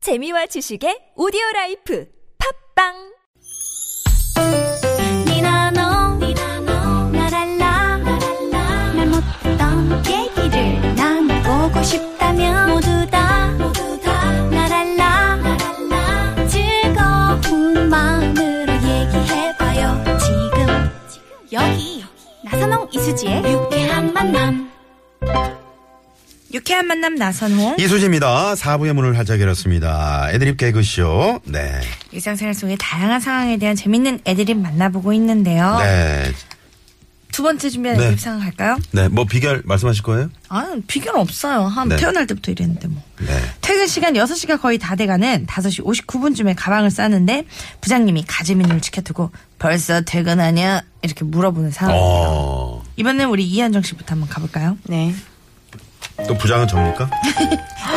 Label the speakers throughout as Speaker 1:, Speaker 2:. Speaker 1: 재미와 지식의 오디오 라이프 팝빵
Speaker 2: 니나노 나랄라 말 못했던 얘기를 나눠보고 싶다면 모두 다 나랄라 즐거운 마음으로 얘기해봐요 지금 여기 나선홍 이수지의 유쾌한 만남
Speaker 3: 유쾌한 만남 나선홍
Speaker 4: 이수지입니다. 4부의 문을 활짝 열었습니다. 애드립 개그쇼. 네.
Speaker 3: 일상생활 속의 다양한 상황에 대한 재밌는 애드립 만나보고
Speaker 5: 어.
Speaker 3: 있는데요.
Speaker 4: 네.
Speaker 3: 두 번째 준비한
Speaker 4: 네.
Speaker 3: 애드립 상황 갈까요?
Speaker 4: 네. 뭐 비결 말씀하실 거예요?
Speaker 3: 아 비결 없어요. 한
Speaker 4: 네.
Speaker 3: 태어날 때부터 이랬는데 뭐.
Speaker 4: 네.
Speaker 3: 퇴근 시간 6시가 거의 다 돼가는 5시 59분쯤에 가방을 싸는데 부장님이 가지민을 지켜두고 벌써 퇴근하냐 이렇게 물어보는 상황.
Speaker 4: 어.
Speaker 3: 이번엔 우리 이한정 씨부터 한번 가볼까요?
Speaker 5: 네.
Speaker 4: 또 부장은 접니까?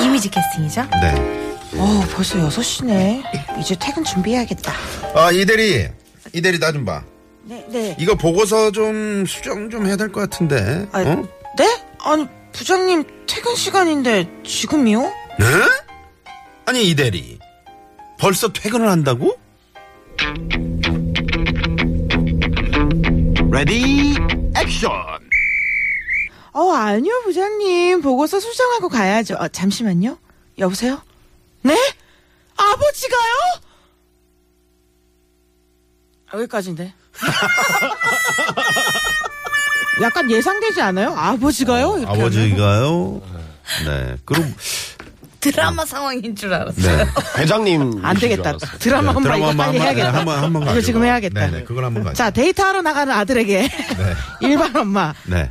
Speaker 3: 이미지 캐스팅이죠?
Speaker 4: 네.
Speaker 5: 어, 벌써 6시네. 이제 퇴근 준비해야겠다.
Speaker 4: 아, 이대리. 이대리 나 좀 봐.
Speaker 5: 네, 네.
Speaker 4: 이거 보고서 좀 수정 좀 해야 될 것 같은데.
Speaker 5: 아,
Speaker 4: 어?
Speaker 5: 네? 아니, 부장님 퇴근 시간인데 지금이요?
Speaker 4: 네? 아니, 이대리. 벌써 퇴근을 한다고? 레디 액션.
Speaker 5: 어, 아니요, 부장님. 보고서 수정하고 가야죠. 어, 잠시만요. 여보세요? 네? 아버지가요? 아, 여기까지인데. 약간 예상되지 않아요? 아버지가요? 이렇게 하면?
Speaker 4: 아버지가요? 네. 그럼
Speaker 3: 드라마 상황인 줄 알았어요.
Speaker 4: 네.
Speaker 6: 회장님
Speaker 5: 안 되겠다. 네, 드라마 한 번 이거 빨리 해야겠다.
Speaker 4: 한번 한번
Speaker 5: 이거 지금 해야겠다.
Speaker 4: 네, 그걸 한번 가죠.
Speaker 5: 자 데이트하러 나가는 아들에게
Speaker 4: 네.
Speaker 5: 일반 엄마
Speaker 4: 네.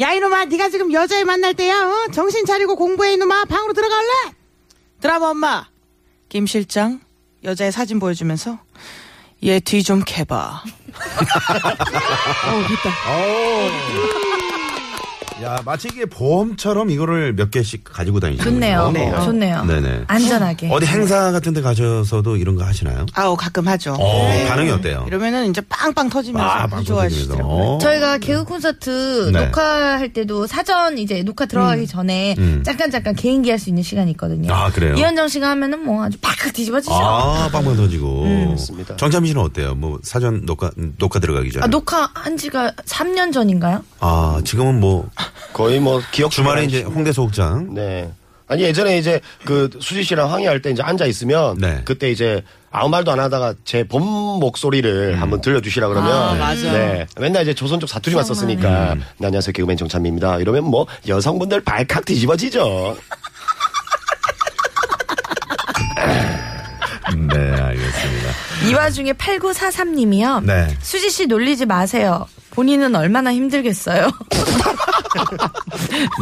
Speaker 5: 야 이놈아 네가 지금 여자애 만날 때야 어? 정신 차리고 공부해 이놈아 방으로 들어갈래 드라마 엄마 김 실장 여자애 사진 보여주면서 얘 뒤 좀 캐봐
Speaker 4: 야, 마치 이게 보험처럼 이거를 몇 개씩 가지고 다니시는
Speaker 3: 좋네요.
Speaker 4: 어.
Speaker 3: 좋네요.
Speaker 7: 아,
Speaker 4: 네네.
Speaker 7: 예.
Speaker 3: 안전하게.
Speaker 4: 어디 행사 같은 데 가셔서도 이런 거 하시나요?
Speaker 5: 아우 가끔 하죠 네.
Speaker 4: 어, 반응이 어때요?
Speaker 5: 이러면은 이제 빵빵 터지면서
Speaker 4: 아,
Speaker 5: 아주
Speaker 4: 방송 중에서.
Speaker 5: 좋아하시더라고요
Speaker 7: 저희가 개그 콘서트
Speaker 4: 어. 네.
Speaker 7: 녹화할 때도 사전 이제 녹화 들어가기 전에
Speaker 4: 음.
Speaker 7: 잠깐 잠깐 개인기 할 수 있는 시간이 있거든요.
Speaker 4: 아, 그래요?
Speaker 7: 이현정 씨가 하면은 뭐 아주 팍팍 뒤집어지죠. 아.
Speaker 4: 아, 빵빵 터지고.
Speaker 6: 맞습니다.
Speaker 4: 정참 씨는 어때요? 뭐 사전 녹화 녹화 들어가기 전에.
Speaker 7: 아, 녹화 한 지가 3년 전인가요?
Speaker 4: 아, 지금은 뭐
Speaker 6: 거의 뭐 기억
Speaker 4: 주말에
Speaker 6: 중에
Speaker 4: 이제 홍대 소극장.
Speaker 6: 네 아니 예전에 이제 그 수지 씨랑 항의할 때 이제 앉아 있으면
Speaker 4: 네.
Speaker 6: 그때 이제 아무 말도 안 하다가 제 본
Speaker 4: 음.
Speaker 6: 목소리를 한번 들려주시라 그러면
Speaker 5: 아, 맞아.
Speaker 6: 네 맨날 이제 조선 족 사투리만 썼으니까
Speaker 4: 음.
Speaker 6: 네, 안녕하세요 개그맨 정찬미입니다 이러면 뭐 여성분들 발칵 뒤집어지죠
Speaker 4: 네, 알겠습니다.
Speaker 3: 이 와중에 8943님이요.
Speaker 4: 네.
Speaker 3: 수지 씨 놀리지 마세요. 본인은 얼마나 힘들겠어요.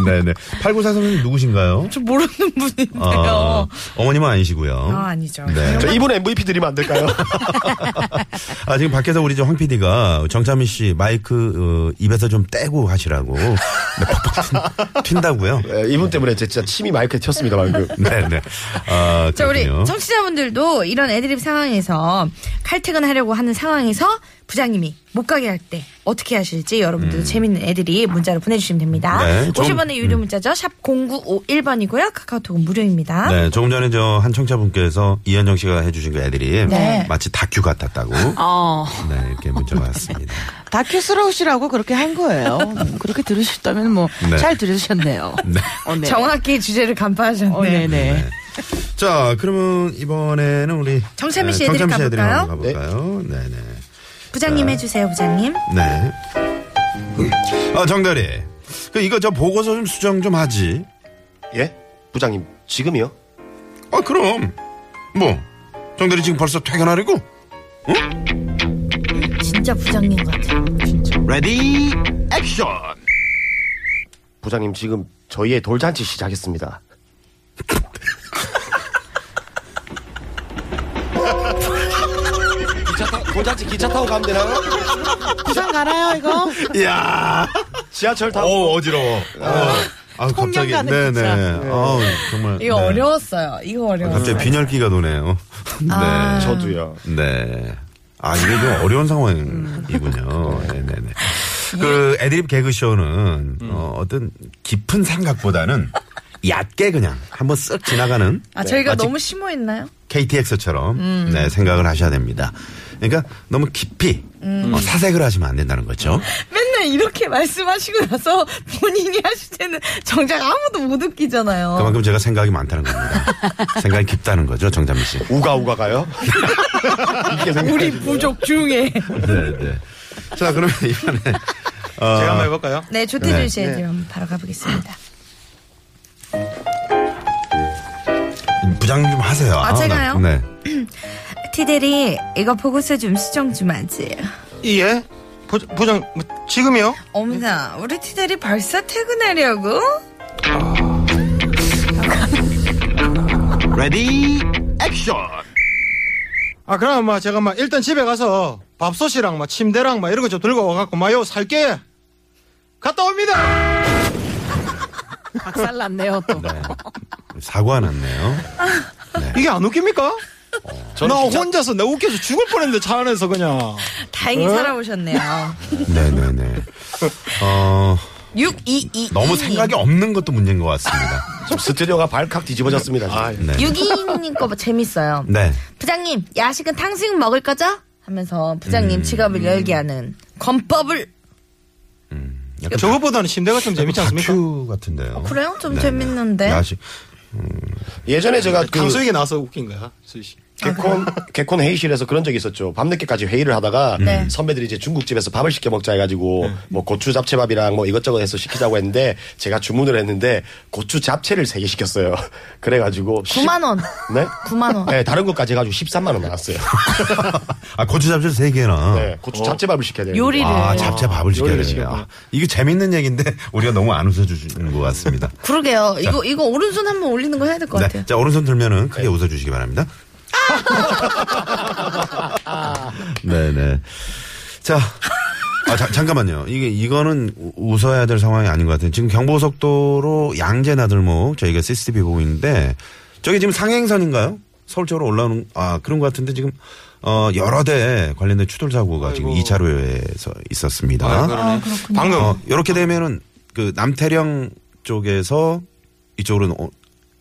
Speaker 4: 네, 네. 8943님 누구신가요?
Speaker 3: 저 모르는 분인데요.
Speaker 4: 어, 어머님은 아니시고요.
Speaker 3: 아, 아니죠.
Speaker 4: 네.
Speaker 6: 저 이분 MVP 드리면 안 될까요?
Speaker 4: 아, 지금 밖에서 우리 저황 PD가 정찬민 씨 마이크 어, 입에서 좀 떼고 하시라고. 네, 퍽퍽 튄, 다고요
Speaker 6: 네, 이분 때문에 제 진짜 침이 마이크에 튀었습니다 방금
Speaker 4: 네, 네. 아,
Speaker 7: 자, 우리
Speaker 4: 그렇군요.
Speaker 7: 청취자분들도 이런 애드립 상황에서 칼퇴근하려고 하는 상황에서 부장님이 못 가게 할 때 어떻게 하실지 여러분들도 재밌는 애드립 문자로 보내주시면 됩니다.
Speaker 4: 음. 네, 좀-
Speaker 7: 50원의 유료 문자죠. 샵 0951번이고요. 카카오톡은 무료입니다.
Speaker 4: 네, 조금 전에 저 한 청자분께서 이현정 씨가 해주신 그 애들이
Speaker 7: 네.
Speaker 4: 마치 다큐 같았다고.
Speaker 5: 어
Speaker 4: 네, 이렇게 문자가 왔습니다.
Speaker 5: 다큐스러우시라고 그렇게 한 거예요 음, 그렇게 들으셨다면 뭐
Speaker 4: 네.
Speaker 5: 잘 들으셨네요
Speaker 4: 네.
Speaker 5: 어, 네.
Speaker 7: 정확히 주제를 간파하셨네요.
Speaker 5: 어, 네네.
Speaker 4: 자, 그러면 이번에는 우리
Speaker 7: 정찬민
Speaker 4: 네,
Speaker 7: 씨 애들이
Speaker 4: 정찬민 씨 애들이 한번
Speaker 6: 가볼까요?
Speaker 4: 가볼까요? 네, 네.
Speaker 7: 부장님 해주세요, 부장님.
Speaker 4: 네. 아, 정다리. 그 이거 저 보고서 좀 수정 좀 하지.
Speaker 6: 예 부장님 지금이요?
Speaker 4: 아 그럼 뭐 정대리 지금 벌써 퇴근하려고?
Speaker 7: 진짜 부장님 같아.
Speaker 4: 레디 액션
Speaker 6: 부장님 지금 저희의 돌잔치 시작했습니다. 기차 타, 돌잔치 기차 타고 가면 되나요?
Speaker 5: 부산 가나요 이거?
Speaker 4: 이야
Speaker 6: 지하철 타고
Speaker 4: 어우 어지러워 어. 아 갑자기
Speaker 5: 통영
Speaker 4: 네네
Speaker 5: 가는 기차.
Speaker 4: 아우 정말
Speaker 7: 이거
Speaker 4: 네.
Speaker 7: 어려웠어요. 이거 어려웠어요.
Speaker 4: 갑자기 빈혈기가 도네요
Speaker 6: 어. 아.
Speaker 4: 네.
Speaker 6: 저도요.
Speaker 4: 네네아 이게 좀 어려운 상황이군요 네네네 그 애드립 개그 쇼는 어, 어떤 깊은 생각보다는 얕게 그냥 한번 쓱 지나가는
Speaker 7: 아, 저희가
Speaker 4: 마치
Speaker 7: 너무 심오했나요?
Speaker 4: KTX처럼 네, 생각을 하셔야 됩니다. 그러니까 너무 깊이
Speaker 7: 음.
Speaker 4: 어, 사색을 하시면 안 된다는 거죠.
Speaker 7: 맨날 이렇게 말씀하시고 나서 본인이 하실 때는 정작 아무도 못 웃기잖아요.
Speaker 4: 그만큼 제가 생각이 많다는 겁니다. 생각이 깊다는 거죠, 정자미 씨.
Speaker 6: 우가우가 가요? 이렇게 생각하시네요.
Speaker 7: 우리 부족 중에.
Speaker 4: 네, 네. 자, 그러면 이번에
Speaker 8: 제가 한번 해볼까요?
Speaker 7: 네, 조태준
Speaker 4: 네.
Speaker 7: 씨의 네. 한번 바로 가보겠습니다.
Speaker 4: 부장님 좀 하세요.
Speaker 7: 아,
Speaker 4: 나-
Speaker 7: 제가요?
Speaker 4: 네.
Speaker 7: 티데리, 이거 보고서 좀 수정 좀 하지.
Speaker 8: 예? 보, 보장, 뭐, 지금이요?
Speaker 7: 어머나, 우리 티데리 벌써 퇴근하려고?
Speaker 8: 레디, 액션! 아, 그럼, 마, 제가, 마, 일단 집에 가서 밥솥이랑, 마, 침대랑, 마, 이런 거 좀 들고 와갖고, 마, 요, 살게! 갔다 옵니다!
Speaker 5: 박살났네요 또.
Speaker 4: 사고가 났네요.
Speaker 8: 이게 안 웃깁니까? 나 혼자서 내 웃겨서 죽을 뻔했는데 차 안에서 그냥
Speaker 4: 어?
Speaker 7: 다행히 살아오셨네요.
Speaker 4: 네네네. 어,
Speaker 7: 6222.
Speaker 4: 너무 생각이 없는 것도 문제인 것 같습니다.
Speaker 6: 좀 스튜디오가 발칵 뒤집어졌습니다. 지금.
Speaker 4: 네.
Speaker 7: 622님 거 재밌어요.
Speaker 4: 네.
Speaker 7: 부장님, 야식은 탕수육 먹을 거죠? 하면서 부장님
Speaker 4: 음.
Speaker 7: 지갑을 열게 하는 건법을.
Speaker 4: 약간
Speaker 8: 저것보다는 침대가 좀 재밌지 않습니까?
Speaker 4: 다큐 같은데요.
Speaker 7: 어, 그래요? 좀
Speaker 4: 네네.
Speaker 7: 재밌는데.
Speaker 4: 야식.
Speaker 6: 예전에 제가 그
Speaker 8: 강수에게 나서 웃긴 거야 수희씨
Speaker 6: 개콘 개콘 회의실에서 그런 적이 있었죠. 밤늦게까지 회의를 하다가
Speaker 7: 네.
Speaker 6: 선배들이 이제 중국집에서 밥을 시켜 먹자 해가지고 뭐 고추 잡채밥이랑 뭐 이것저것 해서 시키자고 했는데 제가 주문을 했는데 고추 잡채를 세 개 시켰어요. 그래가지고
Speaker 7: 9만 원.
Speaker 6: 십- 네?
Speaker 7: 9만 원.
Speaker 6: 네, 다른 것까지 해가지고 13만 원 나왔어요.
Speaker 4: 아, 고추 잡채 세개나
Speaker 6: 네, 고추 잡채밥을 시켜야 되는데
Speaker 7: 요리를.
Speaker 4: 아, 잡채 밥을 시켜야
Speaker 6: 요리를
Speaker 4: 되네요.
Speaker 6: 시켰구나.
Speaker 4: 아, 이게 재밌는 얘기인데 우리가 너무 안 웃어주시는 것 같습니다.
Speaker 7: 그러게요. 이거, 이거 오른손 한번 올리는 거 해야 될 것
Speaker 4: 네.
Speaker 7: 같아요.
Speaker 4: 자, 오른손 들면은 크게 웃어주시기 바랍니다. 네네. 자. 아, 자, 잠깐만요. 이게, 이거는 우- 웃어야 될 상황이 아닌 것 같아요. 지금 경보속도로 양재 나들목 저희가 CCTV 보고 있는데 저게 지금 상행선인가요? 서울 쪽으로 올라오는, 아, 그런 것 같은데 지금, 어, 여러 대 관련된 추돌사고가 지금
Speaker 8: 아이고.
Speaker 4: 2차로에서 있었습니다.
Speaker 8: 아, 방금
Speaker 4: 아, 어, 요렇게 되면은 그 남태령 쪽에서 이쪽으로 어,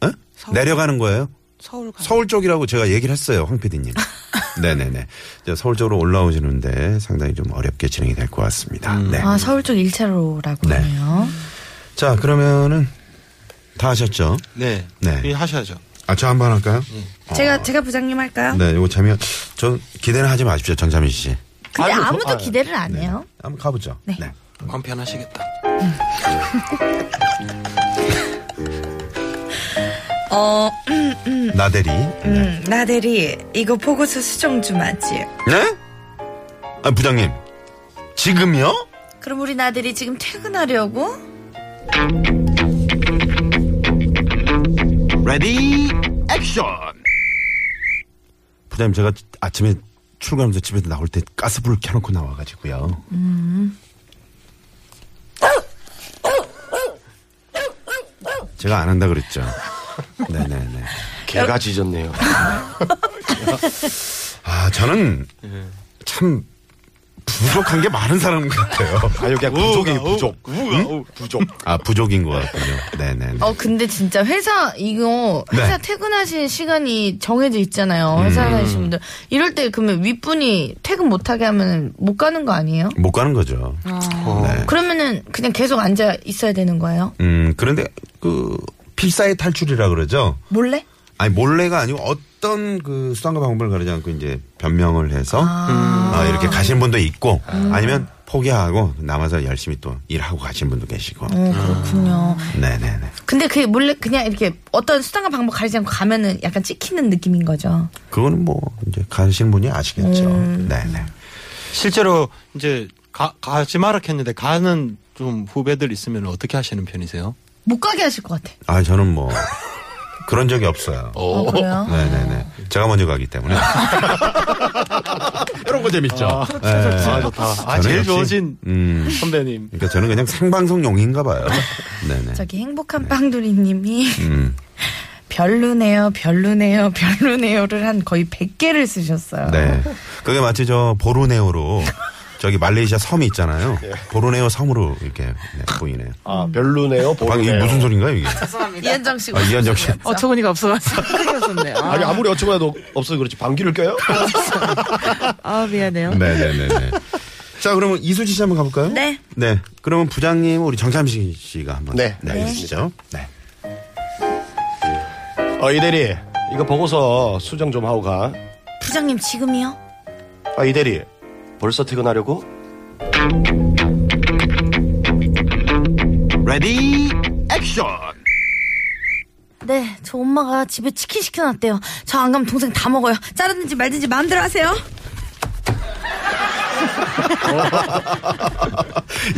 Speaker 4: 에? 내려가는 거예요.
Speaker 5: 서울 가.
Speaker 4: 서울 쪽이라고 제가 얘기를 했어요, 황 PD님. 네네네. 이제 서울 쪽으로 올라오시는데 상당히 좀 어렵게 진행이 될 것 같습니다. 네.
Speaker 7: 아, 서울 쪽 1차로라고
Speaker 4: 네.
Speaker 7: 하네요.
Speaker 4: 자 그러면은 다 하셨죠?
Speaker 8: 네,
Speaker 4: 네.
Speaker 8: 이 하셔야죠
Speaker 4: 아 저 한번 할까요?
Speaker 7: 제가, 제가 부장님 할까요?
Speaker 4: 어. 네, 이거 재미. 저 기대는 하지 마십시오, 정자민 씨.
Speaker 7: 근데
Speaker 6: 아니요, 저-
Speaker 7: 아무도
Speaker 6: 아,
Speaker 7: 기대를 안
Speaker 4: 네.
Speaker 7: 해요.
Speaker 4: 한번 가보죠.
Speaker 7: 네.
Speaker 8: 마음 편하시겠다
Speaker 7: 어,
Speaker 4: 나대리. 네.
Speaker 7: 음, 나대리, 이거 보고서 수정 좀 하지.
Speaker 4: 네? 아 부장님 지금요?
Speaker 7: 그럼 우리 나들이 지금 퇴근하려고?
Speaker 4: 부장님 제가 아침에 출근하면서 집에서 나올 때 가스불을 켜놓고 나와가지고요. 제가 안 한다 그랬죠. 네네네.
Speaker 6: 개가 짖었네요.
Speaker 4: 아 저는 참 부족한 게 많은 사람 같아요.
Speaker 6: 아유 그냥 부족이 부족. 응? 부족.
Speaker 4: 아 부족인 것 같군요. 네네네.
Speaker 7: 어, 근데 진짜 회사, 이거, 회사
Speaker 4: 네. 음.
Speaker 7: 퇴근하신 시간이 정해져 있잖아요. 회사 다니신 분들. 이럴 때 그러면 윗분이 퇴근 못하게 하면 못 가는 거 아니에요?
Speaker 4: 못 가는 거죠.
Speaker 8: 어.
Speaker 4: 네.
Speaker 7: 그러면은 그냥 계속 앉아 있어야 되는 거예요?
Speaker 4: 음 그런데 그 필사의 탈출이라 그러죠.
Speaker 7: 몰래?
Speaker 4: 아니 몰래가 아니고 어떤 그 수단과 방법을 가리지 않고 이제 변명을 해서 어, 이렇게 가신 분도 있고 아니면 포기하고 남아서 열심히 또 일하고 가신 분도 계시고
Speaker 7: 어, 그렇군요.
Speaker 4: 네네네
Speaker 7: 근데 그게 몰래 그냥 이렇게 어떤 수단과 방법 가리지 않고 가면은 약간 찍히는 느낌인 거죠.
Speaker 4: 그거는 뭐 이제 가신 분이 아시겠죠 네네
Speaker 8: 실제로 이제 가, 가지 마라 했는데 가는 좀 후배들 있으면 어떻게 하시는 편이세요?
Speaker 7: 못 가게 하실 것 같아.
Speaker 4: 아 저는 뭐 그런 적이 없어요
Speaker 7: 어, 그래요?
Speaker 4: 네네네 제가 먼저 가기 때문에 이런 거 재밌죠
Speaker 8: 아 좋다 아 제일 좋으신
Speaker 4: 음
Speaker 8: 선배님
Speaker 4: 그러니까 저는 그냥 생방송용인가 봐요 네네
Speaker 7: 저기 행복한 빵돌이님이
Speaker 4: 음
Speaker 7: 별루네요, 별루네요,
Speaker 6: 아.
Speaker 7: 별루네요를 한 거의 100개를 쓰셨어요.
Speaker 4: 네. 그게 마치 저 보르네오로 저기 말레이시아 섬이 있잖아요. 보르네오 섬으로 이렇게 네, 보이네요.
Speaker 6: 예. 아 별루네요
Speaker 4: 방금 이게
Speaker 6: 보르네요.
Speaker 4: 무슨 소린가요 이게?
Speaker 7: 이현정 씨가.
Speaker 4: 아, 이현정 씨.
Speaker 5: 어처구니가 없어가지고 크게 웃었네요. 아,
Speaker 6: 아니 아무리 어처구니도 없어서 그렇지 방귀를 껴요?
Speaker 5: 아, 미안해요.
Speaker 4: 네네네. 자 그러면 이수지 씨 한번 가볼까요?
Speaker 3: 네.
Speaker 4: 네. 그러면 부장님 우리 정참식 씨가 한번
Speaker 6: 네.
Speaker 4: 해주시죠. 네.
Speaker 6: 어 이대리 이거 보고서 수정 좀 하고 가.
Speaker 7: 부장님 지금이요?
Speaker 6: 아 이대리 벌써 퇴근하려고?
Speaker 4: 네. 레디 액션.
Speaker 7: 네, 저 엄마가 집에 치킨 시켜놨대요. 저 안 가면 동생 다 먹어요. 자르든지 말든지 마음대로 하세요.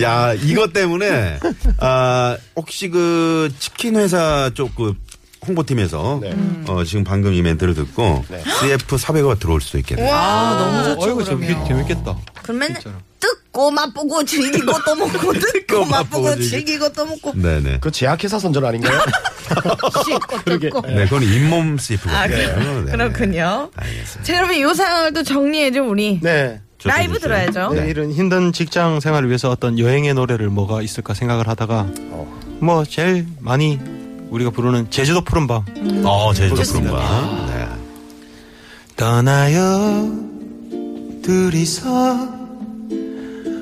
Speaker 4: 야 이것 때문에 아 혹시 그 치킨 회사 쪽 그 홍보팀에서
Speaker 6: 네.
Speaker 4: 어, 지금 방금 이 멘트를 듣고
Speaker 6: 네.
Speaker 4: CF 400가 들어올 수도 있겠네요.
Speaker 8: 아, 너무 좋죠. 어이구, 재밌, 재밌겠다.
Speaker 7: 그러면 뜯고 맛보고 즐기고 또 먹고 뜯고 맛보고
Speaker 4: 즐기고.
Speaker 7: 즐기고 또 먹고
Speaker 4: 네네.
Speaker 6: 그 제약회사 선전 아닌가요? 그러게.
Speaker 4: 네, 그건 잇몸 CF거든요.
Speaker 7: 아,
Speaker 4: 네,
Speaker 7: 그렇군요.
Speaker 4: 알겠습니다.
Speaker 7: 자, 여러분 이 상황을 또 정리해 좀 우리
Speaker 6: 네.
Speaker 4: 좋습니다.
Speaker 7: 라이브 들어야죠.
Speaker 4: 네.
Speaker 8: 내일은 힘든 직장 생활을 위해서 어떤 여행의 노래를 뭐가 있을까 생각을 하다가
Speaker 4: 어.
Speaker 8: 뭐 제일 많이 우리가 부르는 제주도 푸른밤
Speaker 4: 어, 제주도 그런 거. 네.
Speaker 8: 떠나요 둘이서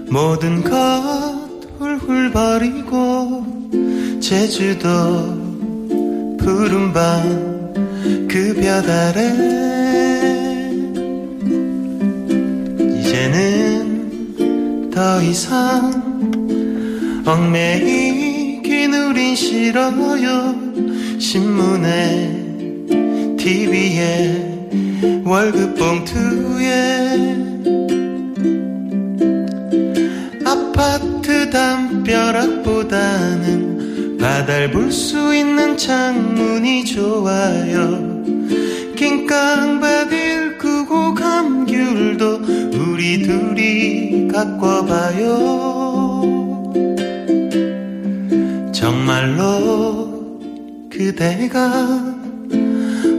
Speaker 8: 모든 것 훌훌 버리고 제주도 푸른 밤그 벼다래 이제는 더 이상 얽매이긴 우린 싫어요 신문에 TV에 월급 봉투에 아파트 담벼락보다는 바다를 볼 수 있는 창문이 좋아요 낑깡밭 일구고 감귤도 우리 둘이 갖고 봐요 정말로 그대가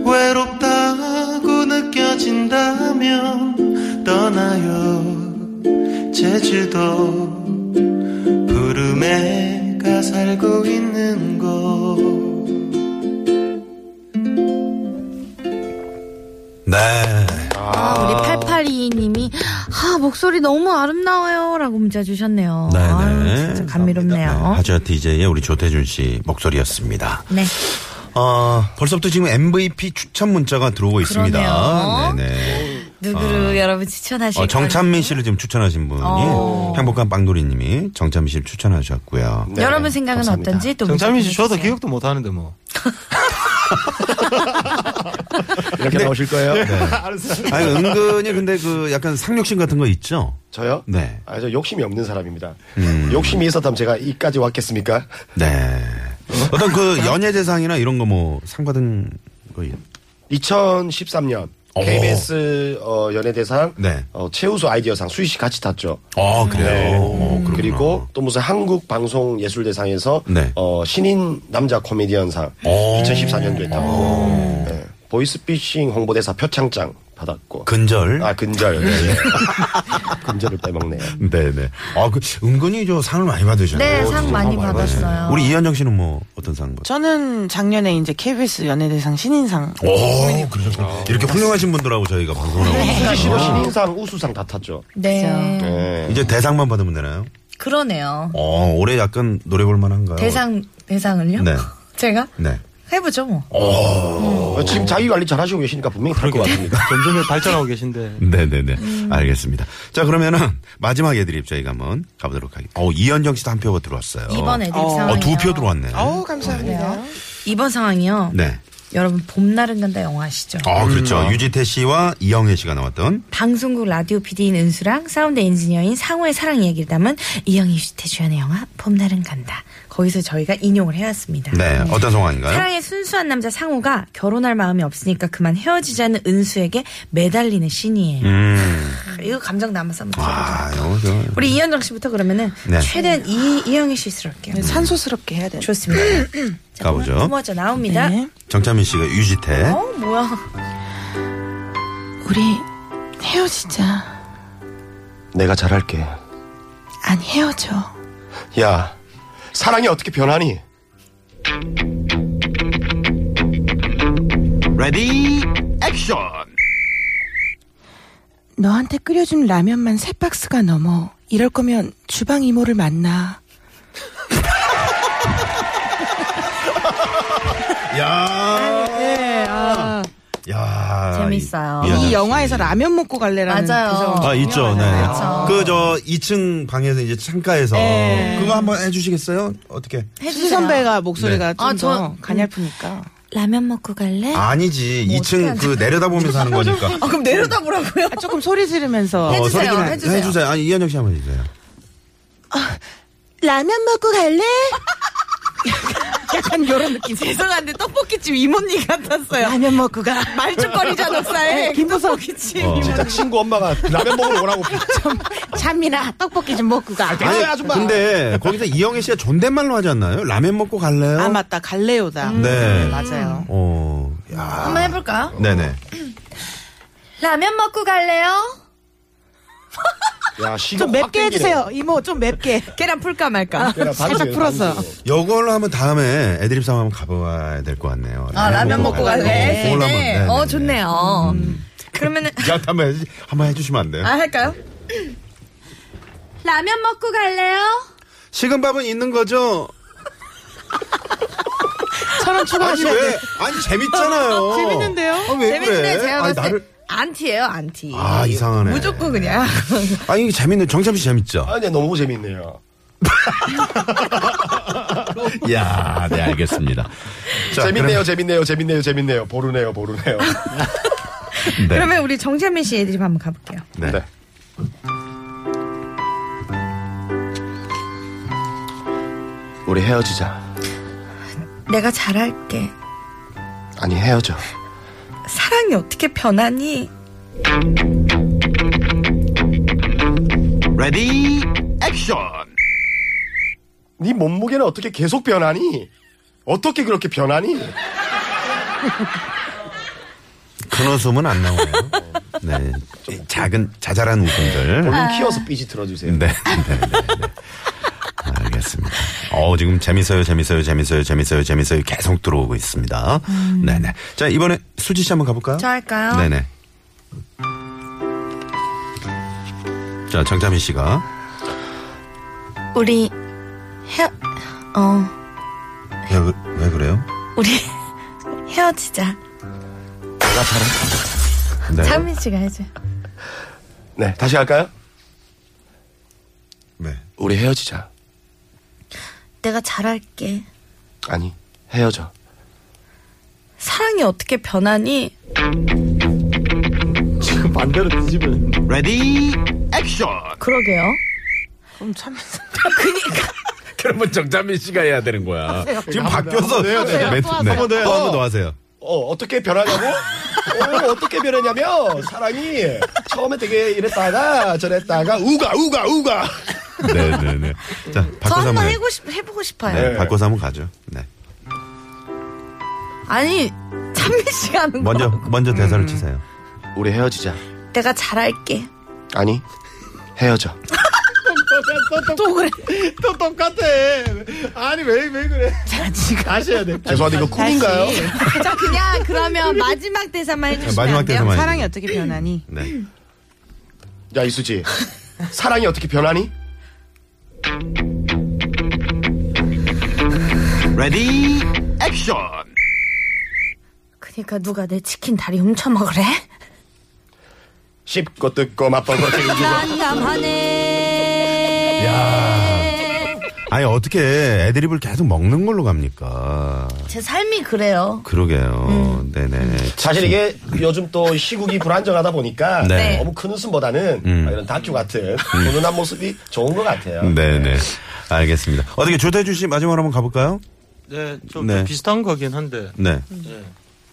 Speaker 8: 외롭다고 느껴진다면 떠나요 제주도 부름에가 살고 있는 곳
Speaker 4: 네.
Speaker 7: 아, 우리 8822님이 아 목소리 너무 아름다워요라고 문자 주셨네요.
Speaker 4: 네,
Speaker 7: 아유,
Speaker 4: 네.
Speaker 7: 진짜
Speaker 4: 네,
Speaker 7: 감미롭네요.
Speaker 4: 하지와 DJ의 우리 조태준 씨 목소리였습니다.
Speaker 7: 네.
Speaker 4: 어, 벌써부터 지금 MVP 추천 문자가 들어오고 있습니다.
Speaker 7: 그러네요.
Speaker 4: 네네.
Speaker 7: 누구를 여러분 추천하실까요?
Speaker 4: 어, 정찬민 씨를 지금 추천하신 분이
Speaker 7: 어.
Speaker 4: 행복한 빵돌이님이 정찬민 씨를 추천하셨고요.
Speaker 6: 네,
Speaker 7: 여러분 생각은
Speaker 6: 감사합니다.
Speaker 7: 어떤지 또 문자
Speaker 8: 정찬민 씨 저도
Speaker 7: 보내주세요.
Speaker 8: 기억도 못하는데 뭐
Speaker 6: 이렇게 나오실 거예요? 네.
Speaker 4: 아니 은근히 근데 그 약간 상륙심 같은 거 있죠?
Speaker 6: 저요?
Speaker 4: 네.
Speaker 6: 아, 저 욕심이 없는 사람입니다. 욕심이 있었다면 제가 이까지 왔겠습니까?
Speaker 4: 네. 어떤 그 연예대상이나 이런 거 뭐 상 받은 거 있-
Speaker 6: 2013년
Speaker 4: 오.
Speaker 6: KBS 어, 연예대상
Speaker 4: 어. 네.
Speaker 6: 어, 최우수 아이디어상 수희 씨 같이 탔죠.
Speaker 4: 아 그래요. 어, 그렇구나.
Speaker 6: 그리고 또 무슨 한국 방송 예술 대상에서
Speaker 4: 네. 어.
Speaker 6: 어, 신인 남자 코미디언상
Speaker 4: 오.
Speaker 6: 2014년도에 탔고
Speaker 4: 어.
Speaker 6: 네. 보이스피싱 홍보대사 표창장 받았고
Speaker 4: 근절.
Speaker 6: 아 근절 네, 네. 근절을 빼먹네요.
Speaker 4: 네네. 아그 은근히 저 상을 많이 받으셨네요.
Speaker 7: 네, 상 많이
Speaker 4: 네.
Speaker 7: 받았어요.
Speaker 4: 우리 이현정 씨는 뭐 어떤 상 받았어요?
Speaker 5: 저는 작년에 이제 KBS 연예대상 신인상
Speaker 4: 어? 오, 그러셨구나. 이렇게 훌륭하신 분들하고
Speaker 7: 어,
Speaker 4: 저희가 방송을 하고
Speaker 6: 수지 씨도
Speaker 4: 있어요.
Speaker 6: 신인상 우수상 다 탔죠.
Speaker 7: 네.
Speaker 6: 네.
Speaker 4: 이제 대상만 받으면 되나요?
Speaker 7: 그러네요.
Speaker 4: 어, 올해 약간 노래 볼 만한가요?
Speaker 7: 대상 대상을요?
Speaker 4: 어. 네.
Speaker 7: 제가
Speaker 4: 네.
Speaker 7: 해보죠 뭐.
Speaker 6: 어, 지금 자기 관리 잘하시고 계시니까 분명히 탈 것 같습니다.
Speaker 8: 점점 발전하고 계신데
Speaker 4: 네네네.
Speaker 7: 음.
Speaker 4: 알겠습니다. 자, 그러면은 마지막 애드립 저희가 한번 가보도록 하겠습니다. 어, 이현정 씨도 한 표가 들어왔어요.
Speaker 7: 이번 애드립
Speaker 5: 어.
Speaker 7: 상황.
Speaker 4: 어, 두 표 들어왔네.
Speaker 5: 아우 감사합니다.
Speaker 7: 이번 상황이요.
Speaker 4: 네.
Speaker 7: 여러분 봄날은 간다 영화 아시죠?
Speaker 4: 아, 그렇죠. 유지태 씨와 이영애 씨가 나왔던
Speaker 7: 방송국 라디오 PD인 은수랑 사운드 엔지니어인 상호의 사랑 이야기를 담은 이영희 슈테 주연의 영화 봄날은 간다. 거기서 저희가 인용을 해왔습니다.
Speaker 4: 네, 어떤 상황인가요?
Speaker 7: 사랑의 순수한 남자 상호가 결혼할 마음이 없으니까 그만 헤어지자는 은수에게 매달리는 신이에요.
Speaker 4: 음.
Speaker 7: 크, 이거 감정 남아서 한번 들어보자.
Speaker 4: 아, 이거 저-
Speaker 7: 우리 이현정 씨부터 그러면은
Speaker 4: 네.
Speaker 7: 최대한 이 이영희 씨 스럽게요.
Speaker 5: 네, 산소스럽게 해야 돼.
Speaker 7: 좋습니다. 자,
Speaker 4: 네. 가보죠.
Speaker 7: 넘어져 나옵니다.
Speaker 5: 네.
Speaker 4: 정찬민 씨가 유지태.
Speaker 7: 어 뭐야?
Speaker 5: 우리 헤어지자.
Speaker 6: 내가 잘할게.
Speaker 5: 안 헤어져.
Speaker 6: 야, 사랑이 어떻게 변하니?
Speaker 5: 너한테 끓여준 라면만 세 박스가 넘어. 이럴 거면 주방 이모를 만나.
Speaker 4: 야,
Speaker 5: 예, 아,
Speaker 4: 야.
Speaker 7: 네, 재밌어요.
Speaker 4: 미안해요.
Speaker 5: 이 영화에서 라면 먹고 갈래라는
Speaker 7: 맞아요.
Speaker 5: 구성.
Speaker 4: 아, 있죠. 네.
Speaker 7: 맞아요.
Speaker 4: 그 저 2층 방에서 이제 창가에서
Speaker 5: 네.
Speaker 4: 그거 한번 해주시겠어요? 어떻게?
Speaker 5: 수지 선배가 목소리가
Speaker 4: 네.
Speaker 5: 좀
Speaker 7: 아,
Speaker 5: 더
Speaker 7: 저-
Speaker 5: 가냘프니까.
Speaker 2: 라면 먹고 갈래?
Speaker 4: 아니지.
Speaker 7: 뭐
Speaker 4: 2층 그 내려다보면서 하는 거니까.
Speaker 7: 아, 그럼 내려다보라고요?
Speaker 5: 아, 조금 소리 지르면서.
Speaker 4: 어,
Speaker 7: 해주세요,
Speaker 4: 소리 좀
Speaker 7: 해주세요.
Speaker 4: 해주세요. 아니 이현영 씨 한번 해주세요.
Speaker 5: 라면 먹고 갈래? 약간 요런 느낌.
Speaker 7: 죄송한데 떡볶이집 이모님 같았어요.
Speaker 5: 라면 먹고 가. 네,
Speaker 7: 말죽거리잖아, 옥사에.
Speaker 5: 김부석
Speaker 7: 네.
Speaker 4: 어.
Speaker 6: 진짜 친구 엄마가 라면 먹으러 오라고.
Speaker 5: 참미나 떡볶이 좀 먹고 가.
Speaker 7: 네.
Speaker 4: 아니 근데 거기서 이영애 씨가 존댓말로 하지 않나요? 라면 먹고 갈래요?
Speaker 5: 아 맞다 갈레오다. 음,
Speaker 4: 네.
Speaker 5: 맞아요.
Speaker 4: 어. 야.
Speaker 7: 한번 해볼까요?
Speaker 4: 네네.
Speaker 7: 라면 먹고 갈래요?
Speaker 6: 야, 시간
Speaker 5: 좀
Speaker 4: 뭐
Speaker 5: 맵게 해주세요. 이모 좀 맵게. 아,
Speaker 7: 계란 풀까 말까?
Speaker 5: 살짝 풀었어.
Speaker 4: 요걸로 한번 다음에 애드립 상황 한번 가봐야 될 것 같네요.
Speaker 7: 아, 라면 먹고 갈래?
Speaker 4: 그걸로 한번.
Speaker 7: 네.
Speaker 4: 네네네.
Speaker 7: 어, 좋네요. 그러면은,
Speaker 4: 야, 한번 해, 한번 해주시면 안 돼요?
Speaker 7: 아, 할까요? 라면 먹고 갈래요?
Speaker 4: 식은밥은 있는 거죠?
Speaker 5: 천원
Speaker 4: 아니
Speaker 5: 추가하시면
Speaker 4: 왜? 아니 재밌잖아요.
Speaker 5: 재밌는데요?
Speaker 7: 어,
Speaker 4: 아, 왜
Speaker 7: 재밌는데
Speaker 4: 그래?
Speaker 7: 제가
Speaker 4: 아니
Speaker 7: 봤을 때
Speaker 4: 나를
Speaker 7: 안티예요 안티
Speaker 4: 아, 이상하네.
Speaker 7: 무조건 그냥
Speaker 4: 아니 이게 재밌는 정참 씨 재밌죠?
Speaker 6: 아, 네, 너무 재밌네요.
Speaker 4: 이야, 네 알겠습니다. 자,
Speaker 6: 재밌네요, 재밌네요, 재밌네요, 재밌네요. 보르네요, 보르네요.
Speaker 4: 그럼- 네.
Speaker 7: 그러면 우리 정재민 씨 애드립 한번 가볼게요
Speaker 4: 네.
Speaker 6: 네. 우리 헤어지자.
Speaker 7: 내가 잘할게
Speaker 6: 아니, 헤어져.
Speaker 7: 사랑이 어떻게 변하니
Speaker 6: 네 몸무게는 어떻게 계속 변하니? 어떻게 그렇게 변하니?
Speaker 4: 큰 웃음은 안 나오네요. 네. 이 작은 자잘한 웃음들.
Speaker 6: 볼륨 키워서 삐지 틀어주세요.
Speaker 4: 네. 네. 네, 네. 알겠습니다. 어, 지금 재밌어요, 재밌어요, 재밌어요, 재밌어요, 재밌어요. 계속 들어오고 있습니다. 네네. 자, 이번에 수지 씨 한번 가볼까요?
Speaker 7: 음. 저 할까요?
Speaker 4: 네네. 자, 정자민 씨가.
Speaker 7: 네.
Speaker 2: 우리 헤어 어
Speaker 4: 왜, 그- 왜 그래요?
Speaker 2: 우리 헤어지자.
Speaker 6: 내가 잘해.
Speaker 4: 네.
Speaker 2: 장민 씨가 해줘요.
Speaker 6: 네, 다시 할까요?
Speaker 4: 네.
Speaker 6: 우리 헤어지자.
Speaker 2: 내가 잘할게.
Speaker 6: 아니, 헤어져.
Speaker 7: 사랑이 어떻게 변하니
Speaker 6: 반대로 뒤집은.
Speaker 7: 그러게요
Speaker 5: 그럼 참면서
Speaker 4: 그러면 정자민 씨가 해야 되는 거야. 지금 바뀌어서.
Speaker 6: 한번 해야 돼요.
Speaker 4: 네.
Speaker 6: 한번 더 해요.
Speaker 4: 한번 더 하세요.
Speaker 6: 어, 어떻게 변하냐고? 어, 어떻게 변했냐면, 사랑이 처음에 되게 이랬다가, 저랬다가, 우가, 우가, 우가.
Speaker 4: 네네네. 자,
Speaker 7: 저
Speaker 4: 바꿔서
Speaker 7: 한번
Speaker 4: 한번.
Speaker 7: 해고 싶, 해보고 싶어요
Speaker 4: 네,
Speaker 6: 네.
Speaker 4: 바꿔서 한번 가죠. 네.
Speaker 7: 아니 찬민 씨가 하는 거
Speaker 4: 먼저,
Speaker 7: 음.
Speaker 4: 먼저 대사를 치세요.
Speaker 6: 우리 헤어지자.
Speaker 7: 내가 잘할게
Speaker 6: 아니, 헤어져.
Speaker 5: 또 그래.
Speaker 6: 또 똑같아. 아니, 왜, 왜 그래? 다시 해야 돼. 죄송한데, 이거 꿈인가요?
Speaker 7: 저 그냥 그러면 마지막 대사만 해주시면
Speaker 4: 네, 마지막
Speaker 7: 안 돼요?
Speaker 4: 대사만.
Speaker 5: 사랑이 어떻게 변하니?
Speaker 4: 네.
Speaker 6: 야, 이수지. 사랑이 어떻게 변하니?
Speaker 7: 그니까 그러니까 누가 내 치킨 다리 훔쳐먹으래?
Speaker 6: 씹고 뜯고 맛보고 즐기고.
Speaker 7: 난감하네
Speaker 4: 아니, 어떻게 애드립을 계속 먹는 걸로 갑니까? 음.
Speaker 7: 제 삶이 그래요
Speaker 4: 그러게요. 네네.
Speaker 6: 사실 이게 요즘 또 시국이 불안정하다 보니까
Speaker 4: 네.
Speaker 6: 너무 큰 웃음보다는 음. 이런 다큐 같은 훈훈한 모습이 좋은 것 같아요.
Speaker 4: 음. 네네. 알겠습니다. 어떻게 조태주 씨 마지막으로 한번 가볼까요?
Speaker 8: 네, 좀
Speaker 4: 네.
Speaker 8: 비슷한 거긴 한데.
Speaker 4: 네.
Speaker 8: 네.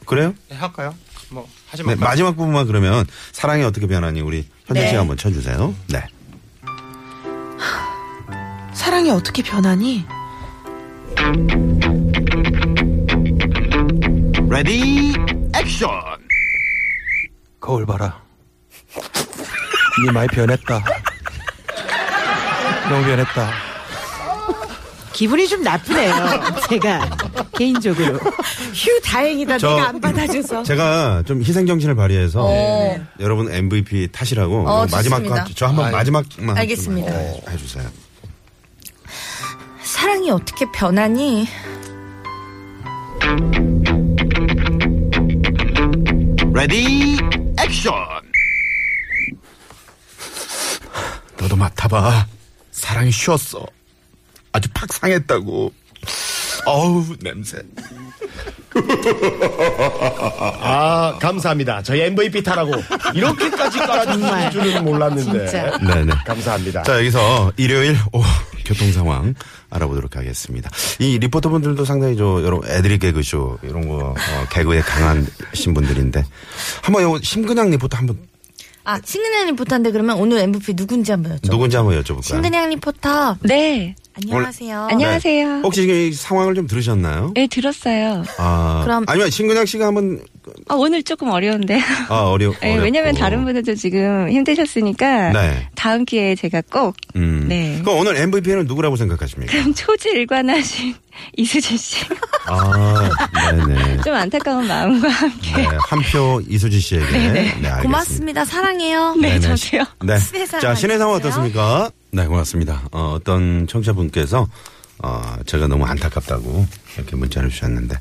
Speaker 4: 그래요?
Speaker 8: 네, 할까요? 뭐 하지
Speaker 4: 네,
Speaker 8: 말까요?
Speaker 4: 마지막 부분만 그러면 사랑이 어떻게 변하니 우리 현진 씨가 한번 쳐주세요. 네.
Speaker 5: 사랑이 어떻게 변하니?
Speaker 8: 거울 봐라. 네 많이 변했다. 너무 변했다.
Speaker 5: 기분이 좀 나쁘네요. 제가 개인적으로.
Speaker 7: 휴 다행이다
Speaker 4: 저-
Speaker 7: 내가 안 받아줘서
Speaker 4: 제가 좀 희생정신을 발휘해서 여러분 MVP 탓이라고
Speaker 7: 네. 어,
Speaker 4: 마지막
Speaker 7: 좋습니다.
Speaker 4: 저 한번 마지막만
Speaker 7: 알겠습니다.
Speaker 4: 좀 어, 해- 해주세요.
Speaker 7: 사랑이 어떻게 변하니
Speaker 4: 레디 액션 너도 맡아봐 사랑이 쉬었어 아주 팍상했다고 어우 냄새
Speaker 6: 아, 감사합니다. 저희 MVP 타라고 이렇게까지 깔아주실 줄은 몰랐는데.
Speaker 4: 네네
Speaker 6: 감사합니다.
Speaker 4: 자 여기서 일요일 오후 교통 상황 알아보도록 하겠습니다 이 리포터분들도 상당히 저 여러 애드립 개그쇼 이런 거 어, 개그에 강하신 분들인데 한번 요 심근양 리포터 한번
Speaker 7: 아 신근양 리포터인데 그러면 오늘 MVP 누군지 한번 여쭤
Speaker 4: 누군지 한번 여쭤볼까요
Speaker 7: 신근양 리포터
Speaker 9: 네.
Speaker 7: 안녕하세요
Speaker 4: 네.
Speaker 9: 안녕하세요.
Speaker 4: 혹시 이 상황을 좀 들으셨나요
Speaker 9: 네, 들었어요.
Speaker 4: 아,
Speaker 7: 그럼-
Speaker 4: 아니면 신근양 씨가 한번
Speaker 9: 아, 오늘 조금 어려운데요.
Speaker 4: 아, 어려.
Speaker 9: 네,
Speaker 4: 어렵고.
Speaker 9: 왜냐면 다른 분들도 지금 힘드셨으니까
Speaker 4: 네.
Speaker 9: 다음 기회에 제가 꼭
Speaker 4: 음.
Speaker 9: 네.
Speaker 4: 그럼 오늘 MVP는 누구라고 생각하십니까?
Speaker 9: 그럼 초지일관하신 이수진 씨.
Speaker 4: 아, 네네.
Speaker 9: 좀 안타까운 마음과 함께.
Speaker 4: 네, 한 표 이수지 씨에게. 네, 알겠습니다.
Speaker 7: 고맙습니다 사랑해요
Speaker 9: 네,
Speaker 4: 네네.
Speaker 9: 저도요.
Speaker 4: 네.
Speaker 7: 신의 상황
Speaker 4: 자, 신의 상황
Speaker 7: 있어요?
Speaker 4: 어떻습니까? 네, 고맙습니다. 어, 어떤 청자분께서 어, 제가 너무 안타깝다고 이렇게 문자를 주셨는데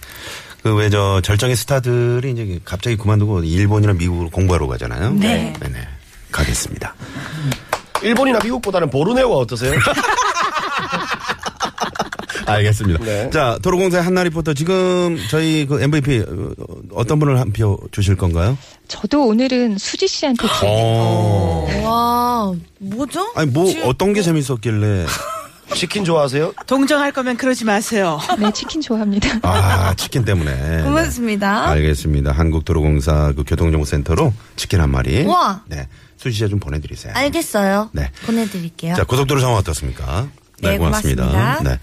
Speaker 4: 그 왜 저 절정의 스타들이 이제 갑자기 그만두고 일본이나 미국으로 공부하러 가잖아요. 네. 네네. 가겠습니다.
Speaker 6: 일본이나 미국보다는 보르네오가 어떠세요?
Speaker 4: 알겠습니다.
Speaker 6: 네.
Speaker 4: 자, 도로공사의 한나 리포터 지금 저희 그 MVP 어, 어떤 분을 한 표 주실 건가요?
Speaker 9: 저도 오늘은 수지 씨한테
Speaker 4: 어.
Speaker 7: 와 뭐죠
Speaker 4: 아니 뭐 어떤 게 재밌었길래
Speaker 6: 치킨 좋아하세요?
Speaker 5: 동정할 거면 그러지 마세요.
Speaker 9: 네, 치킨 좋아합니다.
Speaker 4: 아 치킨 때문에 네.
Speaker 7: 고맙습니다
Speaker 4: 알겠습니다. 한국도로공사 그 교통정보센터로 치킨 한 마리.
Speaker 7: 우와.
Speaker 4: 네, 수지 씨좀 보내드리세요.
Speaker 7: 알겠어요
Speaker 4: 네.
Speaker 7: 보내드릴게요
Speaker 4: 자, 고속도로 상황 어떻습니까?
Speaker 7: 네, 고맙습니다.
Speaker 4: 네.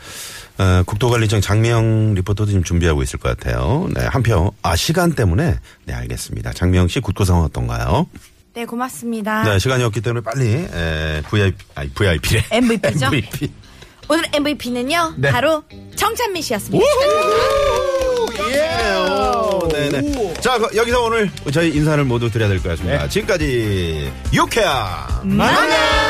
Speaker 4: 어, 국토관리청 장미영 리포터도 지금 준비하고 있을 것 같아요. 네, 한 표. 아, 시간 때문에. 네, 알겠습니다. 장미영 씨 국토 상황 어떤가요?
Speaker 7: 네 고맙습니다
Speaker 4: 네, 시간이 없기 때문에 빨리 에, VIP, 아니 VIP래.
Speaker 7: MVP 죠?
Speaker 4: MVP.
Speaker 7: 오늘 MVP는요
Speaker 4: 네.
Speaker 7: 바로 정찬민 씨였습니다
Speaker 4: 예요. 네네. 자, 그, 여기서 오늘 저희 인사를 모두 드려야 될 것 같습니다. 지금까지 유쾌한 만남.